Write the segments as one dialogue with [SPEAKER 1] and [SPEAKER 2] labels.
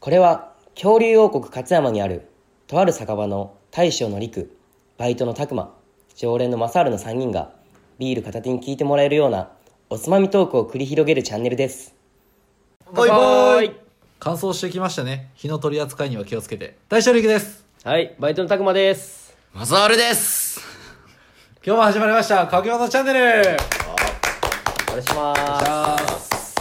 [SPEAKER 1] これは恐竜王国勝山にあるとある酒場の大将の陸バイトの拓磨常連の正治の3人がビール片手に聞いてもらえるようなおつまみトークを繰り広げるチャンネルです
[SPEAKER 2] ボイボイ
[SPEAKER 3] 乾燥してきましたね火の取り扱いには気をつけて大将力です
[SPEAKER 2] はい、バイトのたくまです。
[SPEAKER 4] マザールです
[SPEAKER 3] 今日も始まりました「かきまさチャンネル
[SPEAKER 2] お願いします。」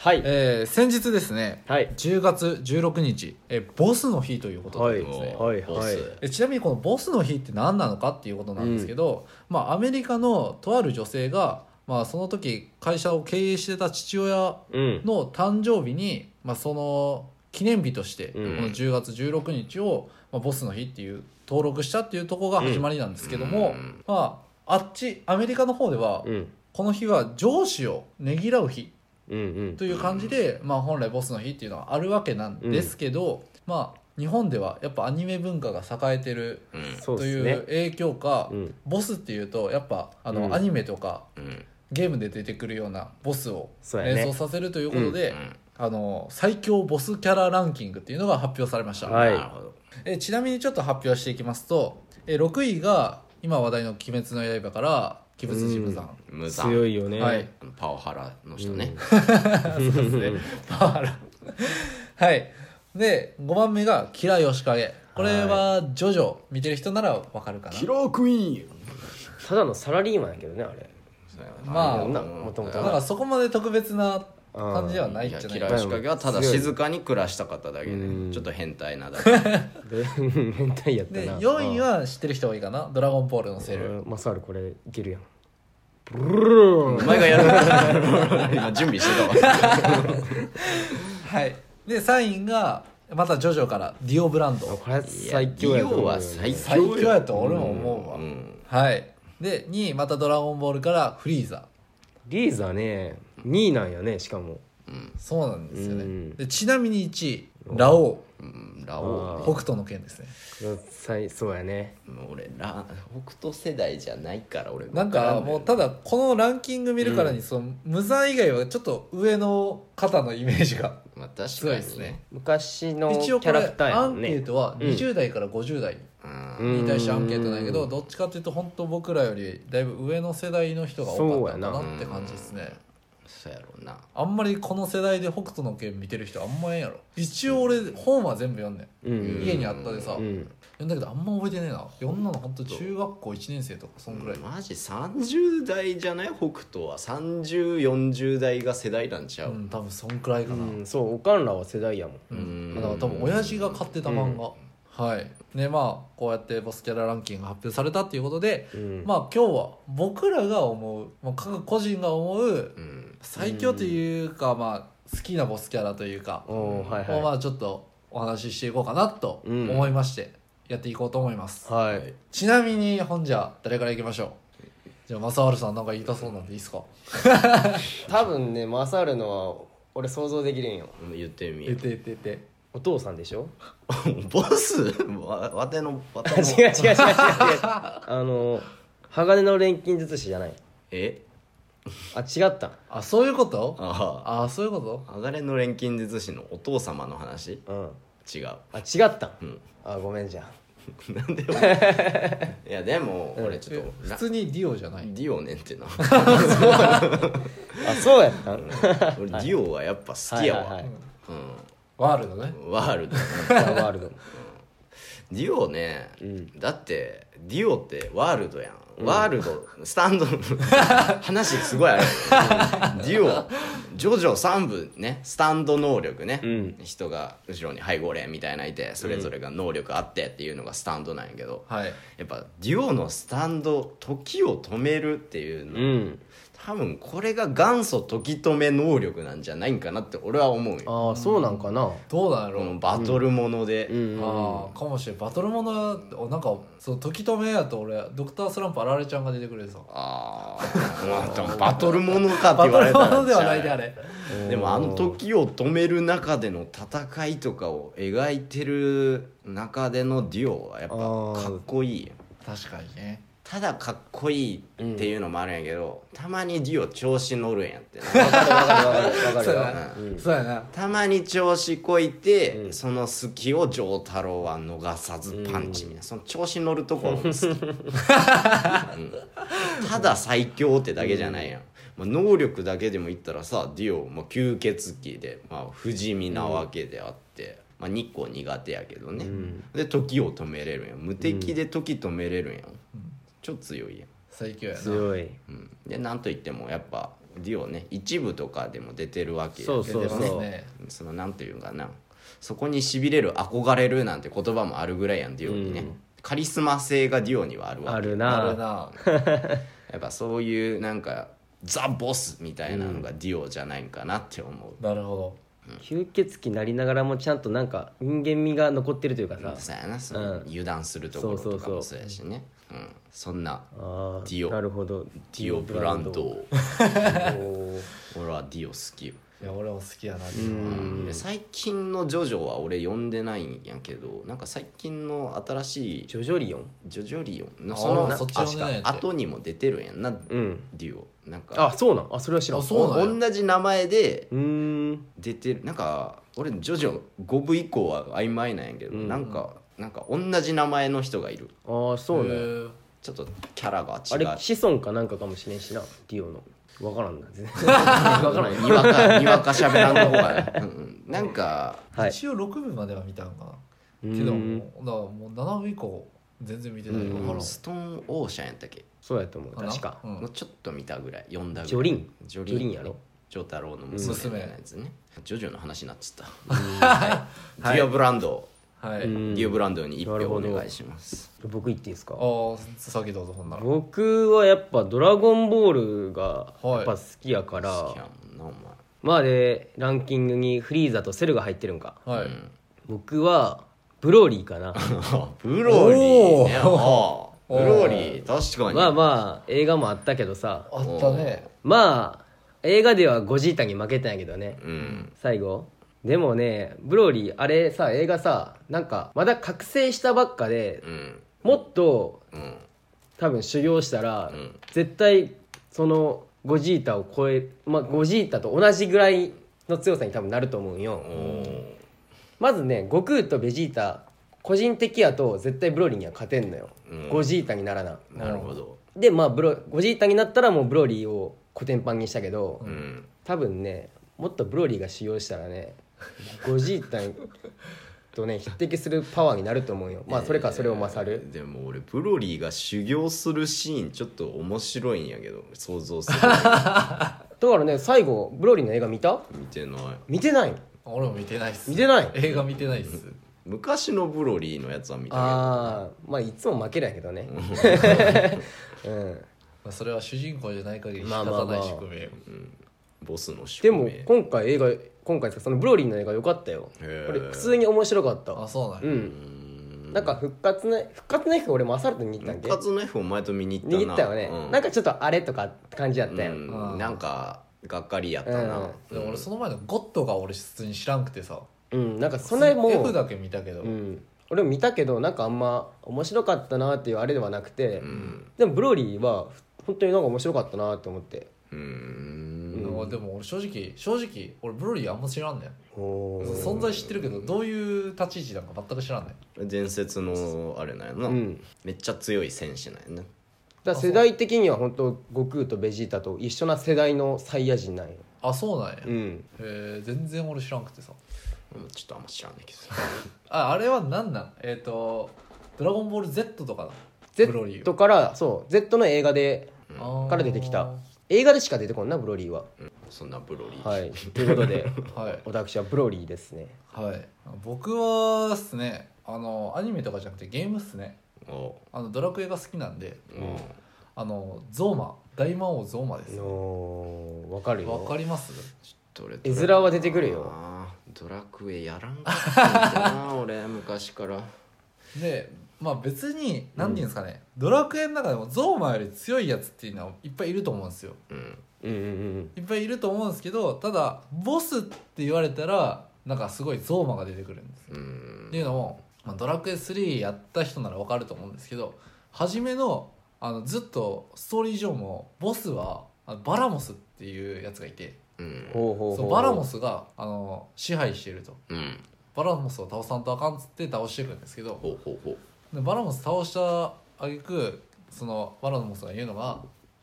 [SPEAKER 2] はい。
[SPEAKER 3] えー、先日ですね、
[SPEAKER 2] はい
[SPEAKER 3] 10月16日、えーボスの日ということでですね、
[SPEAKER 2] はいはい
[SPEAKER 3] えちなみにこのボスの日って何なのかっていうことなんですけど、まあ、アメリカのとある女性が、まあ、その時会社を経営してた父親
[SPEAKER 2] うん。
[SPEAKER 3] の誕生日に、まあ、その記念日として、
[SPEAKER 2] うん
[SPEAKER 3] この10月16日を、まあ、ボスの日っていう登録したっていうところが始まりなんですけども、まあ、あっちアメリカの方では、
[SPEAKER 2] うん。
[SPEAKER 3] この日は上司をねぎらう日
[SPEAKER 2] うんうん。
[SPEAKER 3] という感じで、まあ、本来ボスの日っていうのはあるわけなんですけど、まあ日本ではやっぱアニメ文化が栄えてる
[SPEAKER 2] そ
[SPEAKER 3] という。影響か、
[SPEAKER 2] うん
[SPEAKER 3] ボスっていうとやっぱあの、
[SPEAKER 2] うん
[SPEAKER 3] アニメとか
[SPEAKER 4] うん
[SPEAKER 3] ゲームで出てくるようなボスを
[SPEAKER 2] そうやね
[SPEAKER 3] 連想させるということで、
[SPEAKER 4] うんうん
[SPEAKER 3] あの最強ボスキャラランキングっていうのが発表されました、
[SPEAKER 2] はい
[SPEAKER 4] なるほど
[SPEAKER 3] えちなみにちょっと発表していきますとえ6位が今話題の「鬼滅の刃」から「鬼滅ジムさん」
[SPEAKER 4] 無惨
[SPEAKER 2] 強いよね。
[SPEAKER 3] はい。
[SPEAKER 4] パワハラの人ね、
[SPEAKER 3] パワハラ はいで5番目が「キラヨシカゲ」これはジョジョ見てる人ならわかるかな
[SPEAKER 4] ラークイーン
[SPEAKER 2] ただのサラリーマンやけどね、あれ。
[SPEAKER 3] まあ
[SPEAKER 2] なもともと
[SPEAKER 3] なんかそこまで特別な感じではないいん
[SPEAKER 4] や
[SPEAKER 3] じゃない
[SPEAKER 4] 嫌い仕掛けはただ静かに暮らした方だけ
[SPEAKER 2] うん
[SPEAKER 4] ねちょっと変態なだ け
[SPEAKER 2] で 変態やった
[SPEAKER 3] で
[SPEAKER 2] な。
[SPEAKER 3] 4位は知ってる人多いかな「ドラゴンボール」のセル
[SPEAKER 2] うんマサールこれいけるやん。
[SPEAKER 4] お前がやる今準備してたわ
[SPEAKER 3] はいで3位がまたジョジョから「ディオブランド」
[SPEAKER 2] これ
[SPEAKER 4] い
[SPEAKER 2] 最強やと思
[SPEAKER 4] ディ
[SPEAKER 2] う
[SPEAKER 4] オ
[SPEAKER 2] よ
[SPEAKER 4] は最
[SPEAKER 3] 最
[SPEAKER 4] 強
[SPEAKER 3] 強やと俺も思うわ、
[SPEAKER 4] うん
[SPEAKER 3] はいで2位また「ドラゴンボール」から「フリーザ
[SPEAKER 2] リーザね、2位なんやね、しかも。
[SPEAKER 3] ー」そうなんですよね、
[SPEAKER 2] うん
[SPEAKER 3] でちなみに1位「ラオウ
[SPEAKER 4] うんラオ
[SPEAKER 3] 北斗の拳」ですね
[SPEAKER 2] これ最そうやね。
[SPEAKER 4] ウもう俺ラ北斗世代じゃないから俺
[SPEAKER 3] なんかもうただこのランキング見るからにその無残以外はちょっと上の方のイメージが
[SPEAKER 4] まあ確かに
[SPEAKER 3] 強いですね
[SPEAKER 2] 昔のキ
[SPEAKER 3] 一応こ
[SPEAKER 2] ャ
[SPEAKER 3] れ
[SPEAKER 2] ラクターや
[SPEAKER 3] ア
[SPEAKER 2] も
[SPEAKER 3] ン
[SPEAKER 2] ん
[SPEAKER 3] ケ
[SPEAKER 2] ね。
[SPEAKER 3] ートは
[SPEAKER 2] うん
[SPEAKER 3] 20代から50代
[SPEAKER 4] うん
[SPEAKER 3] に対してアンケートなんやけど
[SPEAKER 2] うん
[SPEAKER 3] どっちかっていうと本当僕らよりだいぶ上の世代の人が多かったか
[SPEAKER 2] そうや
[SPEAKER 3] な
[SPEAKER 4] な
[SPEAKER 3] って感じですね
[SPEAKER 4] そうやろうな
[SPEAKER 3] あんまりこの世代で北斗の拳見てる人あんまええんやろ一応俺本は全部読んね
[SPEAKER 2] うん
[SPEAKER 3] ん家にあったでさ
[SPEAKER 2] う
[SPEAKER 3] 読
[SPEAKER 2] ん。
[SPEAKER 3] んだけどあんま覚えてねえな読んだの本当中学校1年生とかそんくらい
[SPEAKER 4] マジ30代じゃない北斗は3040代が世代なんちゃ
[SPEAKER 3] う
[SPEAKER 4] う、
[SPEAKER 3] ん多分そんくらいかな
[SPEAKER 2] うんそう、おかんらは世代やもん。
[SPEAKER 4] うん
[SPEAKER 3] だから多分親父が買ってた漫画、はいねまあこうやってボスキャラランキングが発表されたっていうことで、
[SPEAKER 2] うん
[SPEAKER 3] まあ今日は僕らが思う、まあ、各個人が思う
[SPEAKER 4] うん
[SPEAKER 3] 最強というか、まあ好きなボスキャラというか、
[SPEAKER 2] おーはい
[SPEAKER 3] をま
[SPEAKER 2] は
[SPEAKER 3] あちょっとお話ししていこうかなと
[SPEAKER 2] うん
[SPEAKER 3] 思いまして、やっていこうと思います
[SPEAKER 2] い。はい。
[SPEAKER 3] ちなみに本じゃ誰からいきましょうじゃあ正治さんなんか言いたそうなんでいいですか
[SPEAKER 2] 多分ね、マサールのは俺想像できるんよ。
[SPEAKER 4] 言ってみ
[SPEAKER 3] 言
[SPEAKER 4] よ
[SPEAKER 3] って言って言って
[SPEAKER 2] お父さんでし ょ
[SPEAKER 4] ボスわわてのわての
[SPEAKER 2] 違う違う違う違う違う。あの、鋼の錬金術師じゃない。
[SPEAKER 4] え
[SPEAKER 2] あ、違った。
[SPEAKER 3] あそういうこと
[SPEAKER 4] あ
[SPEAKER 3] ああそういうこと
[SPEAKER 4] あ鋼の錬金術師のお父様の話
[SPEAKER 2] うん。
[SPEAKER 4] 違う
[SPEAKER 2] あ、違った。
[SPEAKER 4] うん
[SPEAKER 2] あ、ごめんじゃん。
[SPEAKER 4] なんでいやでも俺ちょ
[SPEAKER 3] え
[SPEAKER 4] っと
[SPEAKER 3] 普
[SPEAKER 4] ラ
[SPEAKER 3] 通にディオじゃない
[SPEAKER 4] ディオねんって な
[SPEAKER 2] あ、そうやったん
[SPEAKER 4] 俺ディオはやっぱ好きやわ
[SPEAKER 3] ワールドね
[SPEAKER 4] うんワールド
[SPEAKER 2] ワールド。
[SPEAKER 4] ディオね、
[SPEAKER 2] ん
[SPEAKER 4] だってディオってワールドやん、ワールドスタンド 話すごいある、 ディオジョジョ3部ねスタンド能力ね、
[SPEAKER 2] ん
[SPEAKER 4] 人が後ろに背後霊みたいないてそれぞれが能力あってっていうのがスタンドなんやけど、
[SPEAKER 3] はい
[SPEAKER 4] やっぱデュオのスタンド時を止めるっていうの、
[SPEAKER 2] うん。
[SPEAKER 4] 多分これが元祖時止め能力なんじゃないんかなって俺は思うよ
[SPEAKER 2] ああ、そうなんかな。
[SPEAKER 3] どうなんやろ
[SPEAKER 4] こ
[SPEAKER 3] う、
[SPEAKER 4] のバトルもので、
[SPEAKER 2] うん。
[SPEAKER 3] ああかもしれんバトルものおなんかその時止めやと俺ドクタースランプあられちゃんが出てくるさ
[SPEAKER 4] あーまあで もバトルものかっ
[SPEAKER 3] バ
[SPEAKER 4] て言
[SPEAKER 3] ト
[SPEAKER 4] われ
[SPEAKER 3] ル
[SPEAKER 4] た
[SPEAKER 3] も
[SPEAKER 4] ら
[SPEAKER 3] のではないであれ
[SPEAKER 4] でもあの時を止める中での戦いとかを描いてる中でのデュオはやっぱかっこいいよ
[SPEAKER 3] 確かにね
[SPEAKER 4] ただかっこいいっていうのもあるんやけど、たまにデュオ調子乗るんやってな
[SPEAKER 2] わかるわかるわかるわか
[SPEAKER 3] そ
[SPEAKER 2] る
[SPEAKER 3] うや
[SPEAKER 2] わ
[SPEAKER 3] な、そうやな
[SPEAKER 4] たまに調子こいて、
[SPEAKER 1] うん
[SPEAKER 4] その隙を丈太郎は逃さずパンチみたいな、その調子乗るところも好き、うんただ最強ってだけじゃないやん、まあ、能力だけでも言ったらさデュオも吸血鬼で、まあ、不死身なわけであって、まあ、日光苦手やけどね、で時を止めれるやん無敵で時止めれるやん、ちょっと強いやん
[SPEAKER 3] 最強やな
[SPEAKER 2] 強い
[SPEAKER 4] うん、でなんといってもやっぱディオね一部とかでも出てるわけや
[SPEAKER 2] そう
[SPEAKER 3] 出て
[SPEAKER 2] そう
[SPEAKER 3] ます
[SPEAKER 2] そう
[SPEAKER 3] ね
[SPEAKER 4] そのなんていうかなそこにしびれる憧れるなんて言葉もあるぐらいやんディオにね、カリスマ性がディオにはあるわけ
[SPEAKER 2] ある
[SPEAKER 3] ある
[SPEAKER 2] な
[SPEAKER 3] な
[SPEAKER 4] やっぱそういうなんかザ・ボスみたいなのがディオじゃないかなって思う、
[SPEAKER 3] なるほ
[SPEAKER 2] 吸血鬼なりながらもちゃんとなんか人間味が残ってるというかさ
[SPEAKER 4] そうやなその
[SPEAKER 2] うん
[SPEAKER 4] 油断するところとかもそうやしねうん、そんな
[SPEAKER 2] あー
[SPEAKER 4] ディオ
[SPEAKER 2] なるほどデ
[SPEAKER 4] ディオブランドを
[SPEAKER 2] おー
[SPEAKER 4] 俺はディオ好きよ
[SPEAKER 3] どいや俺も好きやな
[SPEAKER 4] で最近の「ジョジョ」は俺読んでないんやけどなんか最近の新しい
[SPEAKER 2] ジョジョリオン
[SPEAKER 4] 「ジョジョリオン」の
[SPEAKER 3] あ
[SPEAKER 4] その
[SPEAKER 3] そっち読んでないやつ
[SPEAKER 4] あ後にも出てるんやんな、
[SPEAKER 2] うん
[SPEAKER 4] デュオなんか
[SPEAKER 2] あそうなんあそれは知らん
[SPEAKER 3] あそうなんや
[SPEAKER 4] 同じ名前で
[SPEAKER 2] うーん
[SPEAKER 4] 出てるなんか俺「ジョジョ」5部以降は曖昧なんやけど、
[SPEAKER 2] うん
[SPEAKER 4] なんかなんか同じ名前の人がいる
[SPEAKER 2] ああそうね
[SPEAKER 3] へー
[SPEAKER 4] ちょっとキャラが違
[SPEAKER 2] あれ
[SPEAKER 4] う
[SPEAKER 2] 子孫かなんかかもしれんしなディオのわからんな 全然 わからん
[SPEAKER 4] に わかにわかしゃべらんとこが、うんうん、なんか
[SPEAKER 2] はい
[SPEAKER 3] 一応6部までは見たんかな
[SPEAKER 2] う
[SPEAKER 3] けど
[SPEAKER 2] ー
[SPEAKER 3] も
[SPEAKER 2] ん
[SPEAKER 3] うだからもう7部以降全然見てないから分からん
[SPEAKER 4] ストーンオーシャンやったっけ
[SPEAKER 2] そうやと思う
[SPEAKER 3] かな
[SPEAKER 2] 確か
[SPEAKER 3] うん
[SPEAKER 4] のちょっと見たぐらい読んだぐらい
[SPEAKER 2] ジョリン
[SPEAKER 4] ジョ
[SPEAKER 2] ジョリンやろ
[SPEAKER 4] ジョ太郎の娘みたいなやつねジョジョの話になっちゃった、はい ディオブランド、
[SPEAKER 3] はい、
[SPEAKER 2] う
[SPEAKER 3] あ
[SPEAKER 2] ん
[SPEAKER 4] ディオブランドに一票
[SPEAKER 2] なる
[SPEAKER 4] お
[SPEAKER 2] ほど
[SPEAKER 4] 願いします
[SPEAKER 2] 僕言っていいですか
[SPEAKER 3] あ先どうぞほんなら
[SPEAKER 2] 僕はやっぱ「ドラゴンボール」が
[SPEAKER 3] はい
[SPEAKER 2] やっぱ好きやから、
[SPEAKER 4] 好きやもんなお前
[SPEAKER 2] まあでランキングにフリーザとセルが入ってるんか
[SPEAKER 3] はい、
[SPEAKER 2] 僕はブローリーかな
[SPEAKER 4] ブローリーねああ
[SPEAKER 3] お
[SPEAKER 4] ブ
[SPEAKER 3] ー
[SPEAKER 4] ローリー確かに、
[SPEAKER 2] まあまあ映画もあったけどさ
[SPEAKER 3] あったね
[SPEAKER 2] まあ映画ではゴジータに負けたんやけどね
[SPEAKER 4] うん
[SPEAKER 2] 最後でもねブローリーあれさ映画さなんかまだ覚醒したばっかで
[SPEAKER 4] うん
[SPEAKER 2] もっと
[SPEAKER 4] うん
[SPEAKER 2] 多分修行したら、
[SPEAKER 4] ん
[SPEAKER 2] 絶対そのゴジータを超え、まあ、ゴジータと同じぐらいの強さに多分なると思うんよ
[SPEAKER 4] おー
[SPEAKER 2] まずね悟空とベジータ個人的やと絶対ブロリーには勝てんのよ、
[SPEAKER 4] うん
[SPEAKER 2] ゴジータにならな
[SPEAKER 4] なるほど
[SPEAKER 2] でまあブロゴジータになったらもうブロリーをコテンパンにしたけど、
[SPEAKER 4] うん
[SPEAKER 2] 多分ねもっとブロリーが使用したらねゴジータとね匹敵するパワーになると思うよまあそれかそれを勝る、
[SPEAKER 4] でも俺ブロリーが修行するシーンちょっと面白いんやけど想像する
[SPEAKER 2] だからね最後ブロリーの映画見た
[SPEAKER 4] 見てない
[SPEAKER 2] 見てない
[SPEAKER 3] 俺も見てないっす
[SPEAKER 2] 見てない
[SPEAKER 3] 映画見てないっす
[SPEAKER 4] 昔のブロリーのやつは見たけど
[SPEAKER 2] ああまあいつも負けるんやけどね うん
[SPEAKER 3] まあそれは主人公じゃない限り仕
[SPEAKER 2] まあ
[SPEAKER 3] 方
[SPEAKER 2] まあまあ
[SPEAKER 3] ない仕組み、
[SPEAKER 4] ボスの宿
[SPEAKER 2] で
[SPEAKER 4] 命
[SPEAKER 2] も今回映画今回そのブロリーの映画良かったよ
[SPEAKER 4] へー
[SPEAKER 2] 俺普通に面白かっ
[SPEAKER 3] あ
[SPEAKER 2] た
[SPEAKER 3] そうなん
[SPEAKER 2] う
[SPEAKER 3] や、
[SPEAKER 2] んなんか復活の復活の F 俺もあさると見に行ったん
[SPEAKER 4] 復
[SPEAKER 2] け
[SPEAKER 4] 活の F を前と見に行ったな
[SPEAKER 2] 握ったよね、
[SPEAKER 4] うん、
[SPEAKER 2] なんかちょっとあれとかって感じだったよ、
[SPEAKER 4] うん
[SPEAKER 3] あー
[SPEAKER 4] なんかがっかりやったな、
[SPEAKER 2] うん
[SPEAKER 3] でも俺その前のゴッドが俺普通に知らんくてさ
[SPEAKER 2] うん、なんかそれも、
[SPEAKER 3] F だけ見たけど、
[SPEAKER 2] うん、俺も見たけどなんかあんま面白かったなっていうあれではなくて、
[SPEAKER 4] ん
[SPEAKER 2] でもブロリーは本当になんか面白かったなって思って
[SPEAKER 4] うーん
[SPEAKER 3] うんでも俺正直正直俺ブロリーあんま知らんねん
[SPEAKER 2] おー
[SPEAKER 3] 存在知ってるけどどういう立ち位置なんか全く知らんねん
[SPEAKER 4] 伝説のあれなんやな、
[SPEAKER 2] うん
[SPEAKER 4] めっちゃ強い戦士なんやな
[SPEAKER 2] だから世代的には本当悟空とベジータと一緒な世代のサイヤ人なんよ
[SPEAKER 3] あそうなんや、
[SPEAKER 2] う
[SPEAKER 3] へ
[SPEAKER 2] ん
[SPEAKER 3] え全然俺知らんくてさ
[SPEAKER 4] うんちょっとあんま知らないけど
[SPEAKER 3] ああれは何なんえっ、と「ドラゴンボール Z」とかだブロリー
[SPEAKER 2] Z からそう Z の映画で
[SPEAKER 3] は
[SPEAKER 2] から出てきた映画でしか出てこんなブロリーは
[SPEAKER 4] そんなブロリー、
[SPEAKER 2] はいということで
[SPEAKER 3] はい
[SPEAKER 2] 私はブロリーですね
[SPEAKER 3] はい僕はっすねあのアニメとかじゃなくてゲームっすね
[SPEAKER 4] おう
[SPEAKER 3] あのドラクエが好きなんで
[SPEAKER 4] おう
[SPEAKER 3] あのゾーマ大魔王ゾーマです
[SPEAKER 2] のーわかるよ
[SPEAKER 3] わかります
[SPEAKER 4] どれど
[SPEAKER 2] 絵
[SPEAKER 4] れ
[SPEAKER 2] 面は出てくるよ
[SPEAKER 4] あードラクエやらんかったんだな俺昔から
[SPEAKER 3] でまあ別に何ていうんですかね、ドラクエの中でもゾーマより強いやつっていうのはいっぱいいると思うんですよ
[SPEAKER 4] うん
[SPEAKER 2] うんうんうん
[SPEAKER 3] いっぱいいると思うんですけどただボスって言われたらなんかすごいゾーマが出てくるんです
[SPEAKER 4] うん
[SPEAKER 3] っていうのも、まあ、ドラクエ3やった人ならわかると思うんですけど初めのああのずっとストーリー上もボスはあのバラモスっていうやつがいて
[SPEAKER 4] うん
[SPEAKER 2] ほうほう
[SPEAKER 3] そ
[SPEAKER 2] ほ
[SPEAKER 3] う
[SPEAKER 2] う
[SPEAKER 3] バラモスがあの支配してると
[SPEAKER 4] うん
[SPEAKER 3] バラモスを倒さんとあかんっつって倒していくんですけど
[SPEAKER 4] ほうほうほう
[SPEAKER 3] でバラモス倒した挙句そのバラモスが言うのが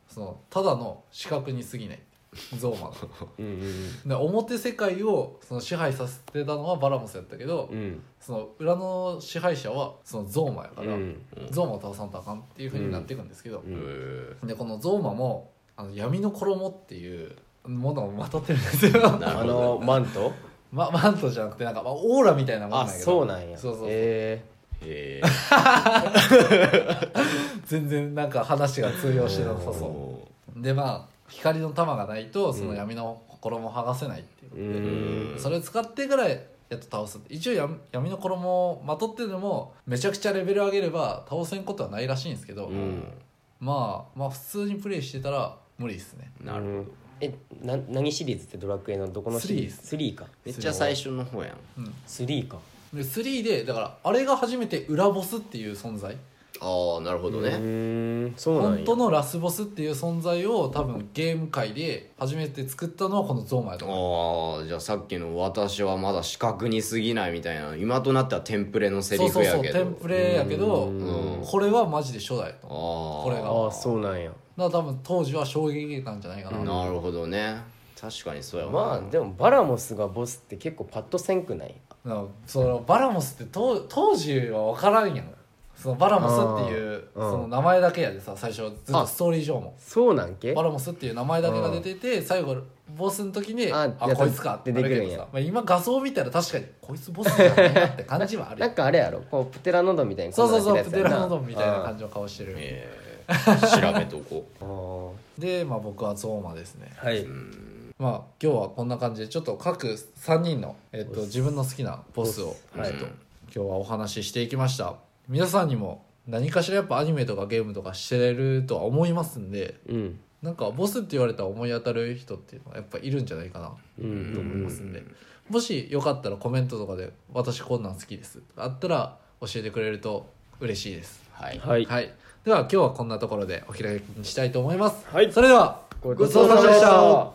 [SPEAKER 3] そのただの視覚に過ぎないゾーマの
[SPEAKER 2] うんうん
[SPEAKER 3] で表世界をその支配させてたのはバラモスやったけど、
[SPEAKER 2] うん
[SPEAKER 3] その裏の支配者はそのゾーマやから、
[SPEAKER 2] うん
[SPEAKER 3] ゾーマを倒さんとあかんっていうふうになっていくんですけど、
[SPEAKER 2] うん
[SPEAKER 4] へ
[SPEAKER 3] でこのゾーマもあの闇の衣っていうものをまとってるんですよ
[SPEAKER 4] え、な
[SPEAKER 2] あ
[SPEAKER 4] るほど
[SPEAKER 2] のマント
[SPEAKER 3] ま、マントじゃなくてなんか、まあ、オーラみたいなもん
[SPEAKER 2] あ
[SPEAKER 3] だけど
[SPEAKER 2] そうなんや
[SPEAKER 3] そうそうそう
[SPEAKER 2] え
[SPEAKER 4] へえ
[SPEAKER 3] 全然なんか話が通用してなさそ
[SPEAKER 4] そう
[SPEAKER 3] でまあ光の玉がないとその闇の衣も剥がせないっていう
[SPEAKER 2] う
[SPEAKER 4] う
[SPEAKER 2] ーん
[SPEAKER 4] ん
[SPEAKER 3] それを使ってからやっと倒す一応闇闇の衣をまとってでもめちゃくちゃレベル上げれば倒せんことはないらしいんですけど、
[SPEAKER 4] うん
[SPEAKER 3] まあまあ普通にプレイしてたら無理ですね
[SPEAKER 4] なるほど
[SPEAKER 1] えな何シリーズってドラクエのどこのシリーズスリーか
[SPEAKER 4] めっちゃ最初の方やん
[SPEAKER 1] スリーか
[SPEAKER 3] で3でだからあれが初めて裏ボスっていう存在
[SPEAKER 4] ああなるほど
[SPEAKER 2] う
[SPEAKER 4] ね
[SPEAKER 2] ーんそうなん
[SPEAKER 3] 本
[SPEAKER 2] や
[SPEAKER 3] 当のラスボスっていう存在を多分ゲーム界で初めて作ったのはこのゾーマやと思う
[SPEAKER 4] ああじゃあさっきの「私はまだ視覚に過ぎない」みたいな今となってはテンプレのセ
[SPEAKER 3] そ
[SPEAKER 4] リ
[SPEAKER 3] う
[SPEAKER 4] フ
[SPEAKER 3] そう
[SPEAKER 4] や
[SPEAKER 3] そう
[SPEAKER 4] け
[SPEAKER 3] テン
[SPEAKER 4] ど
[SPEAKER 3] プレやけど
[SPEAKER 4] ん
[SPEAKER 3] これはマジで初代やと
[SPEAKER 4] ああ
[SPEAKER 3] 思うこれが
[SPEAKER 2] ああそうなんや
[SPEAKER 3] だから多分当時は衝撃なんじゃないかな、
[SPEAKER 4] なるほどね確かにそうやわ
[SPEAKER 2] まあでもバラモスがボスって結構パッとせんくない
[SPEAKER 3] なそのバラモスって当当時は分からんやんそのバラモスっていう
[SPEAKER 2] うん
[SPEAKER 3] その名前だけやでさ最初ずっと
[SPEAKER 2] あ
[SPEAKER 3] ストーリー上も
[SPEAKER 2] そうなんけ
[SPEAKER 3] バラモスっていう名前だけが出てて最後ボスの時にあ
[SPEAKER 2] あやっと
[SPEAKER 3] こいつかってなるけ
[SPEAKER 2] 出てくるん
[SPEAKER 3] ど
[SPEAKER 2] や
[SPEAKER 3] さ、まあ、今画像見たら確かにこいつボスじゃないなって感じはある
[SPEAKER 2] な
[SPEAKER 3] よ
[SPEAKER 2] んかあれやろこうプテラノドンみたいな
[SPEAKER 3] そうそうそう
[SPEAKER 2] こんなや
[SPEAKER 3] プ
[SPEAKER 2] つや
[SPEAKER 3] テ
[SPEAKER 2] な
[SPEAKER 3] ラノドンみたいな感じの顔してる
[SPEAKER 4] えー調べとこ
[SPEAKER 2] あー
[SPEAKER 3] でまあ僕はゾーマですね
[SPEAKER 2] はいう
[SPEAKER 4] うん
[SPEAKER 3] まあ今日はこんな感じでちょっと各3人の、えっと、自分の好きなボスを
[SPEAKER 2] はい
[SPEAKER 4] うん
[SPEAKER 3] 今日はお話ししていきました皆さんにも何かしらやっぱアニメとかゲームとかしてるとは思いますんで
[SPEAKER 2] うん
[SPEAKER 3] なんかボスって言われたら思い当たる人っていうのはやっぱいるんじゃないかな
[SPEAKER 2] うん
[SPEAKER 3] と思いますんで、もしよかったらコメントとかで「私こんなん好きです」あったら教えてくれると嬉しいです、
[SPEAKER 4] はい
[SPEAKER 2] はい
[SPEAKER 3] はい、では今日はこんなところでお開きにしたいと思います、
[SPEAKER 2] はい
[SPEAKER 3] それでは
[SPEAKER 2] ごちそうさまでした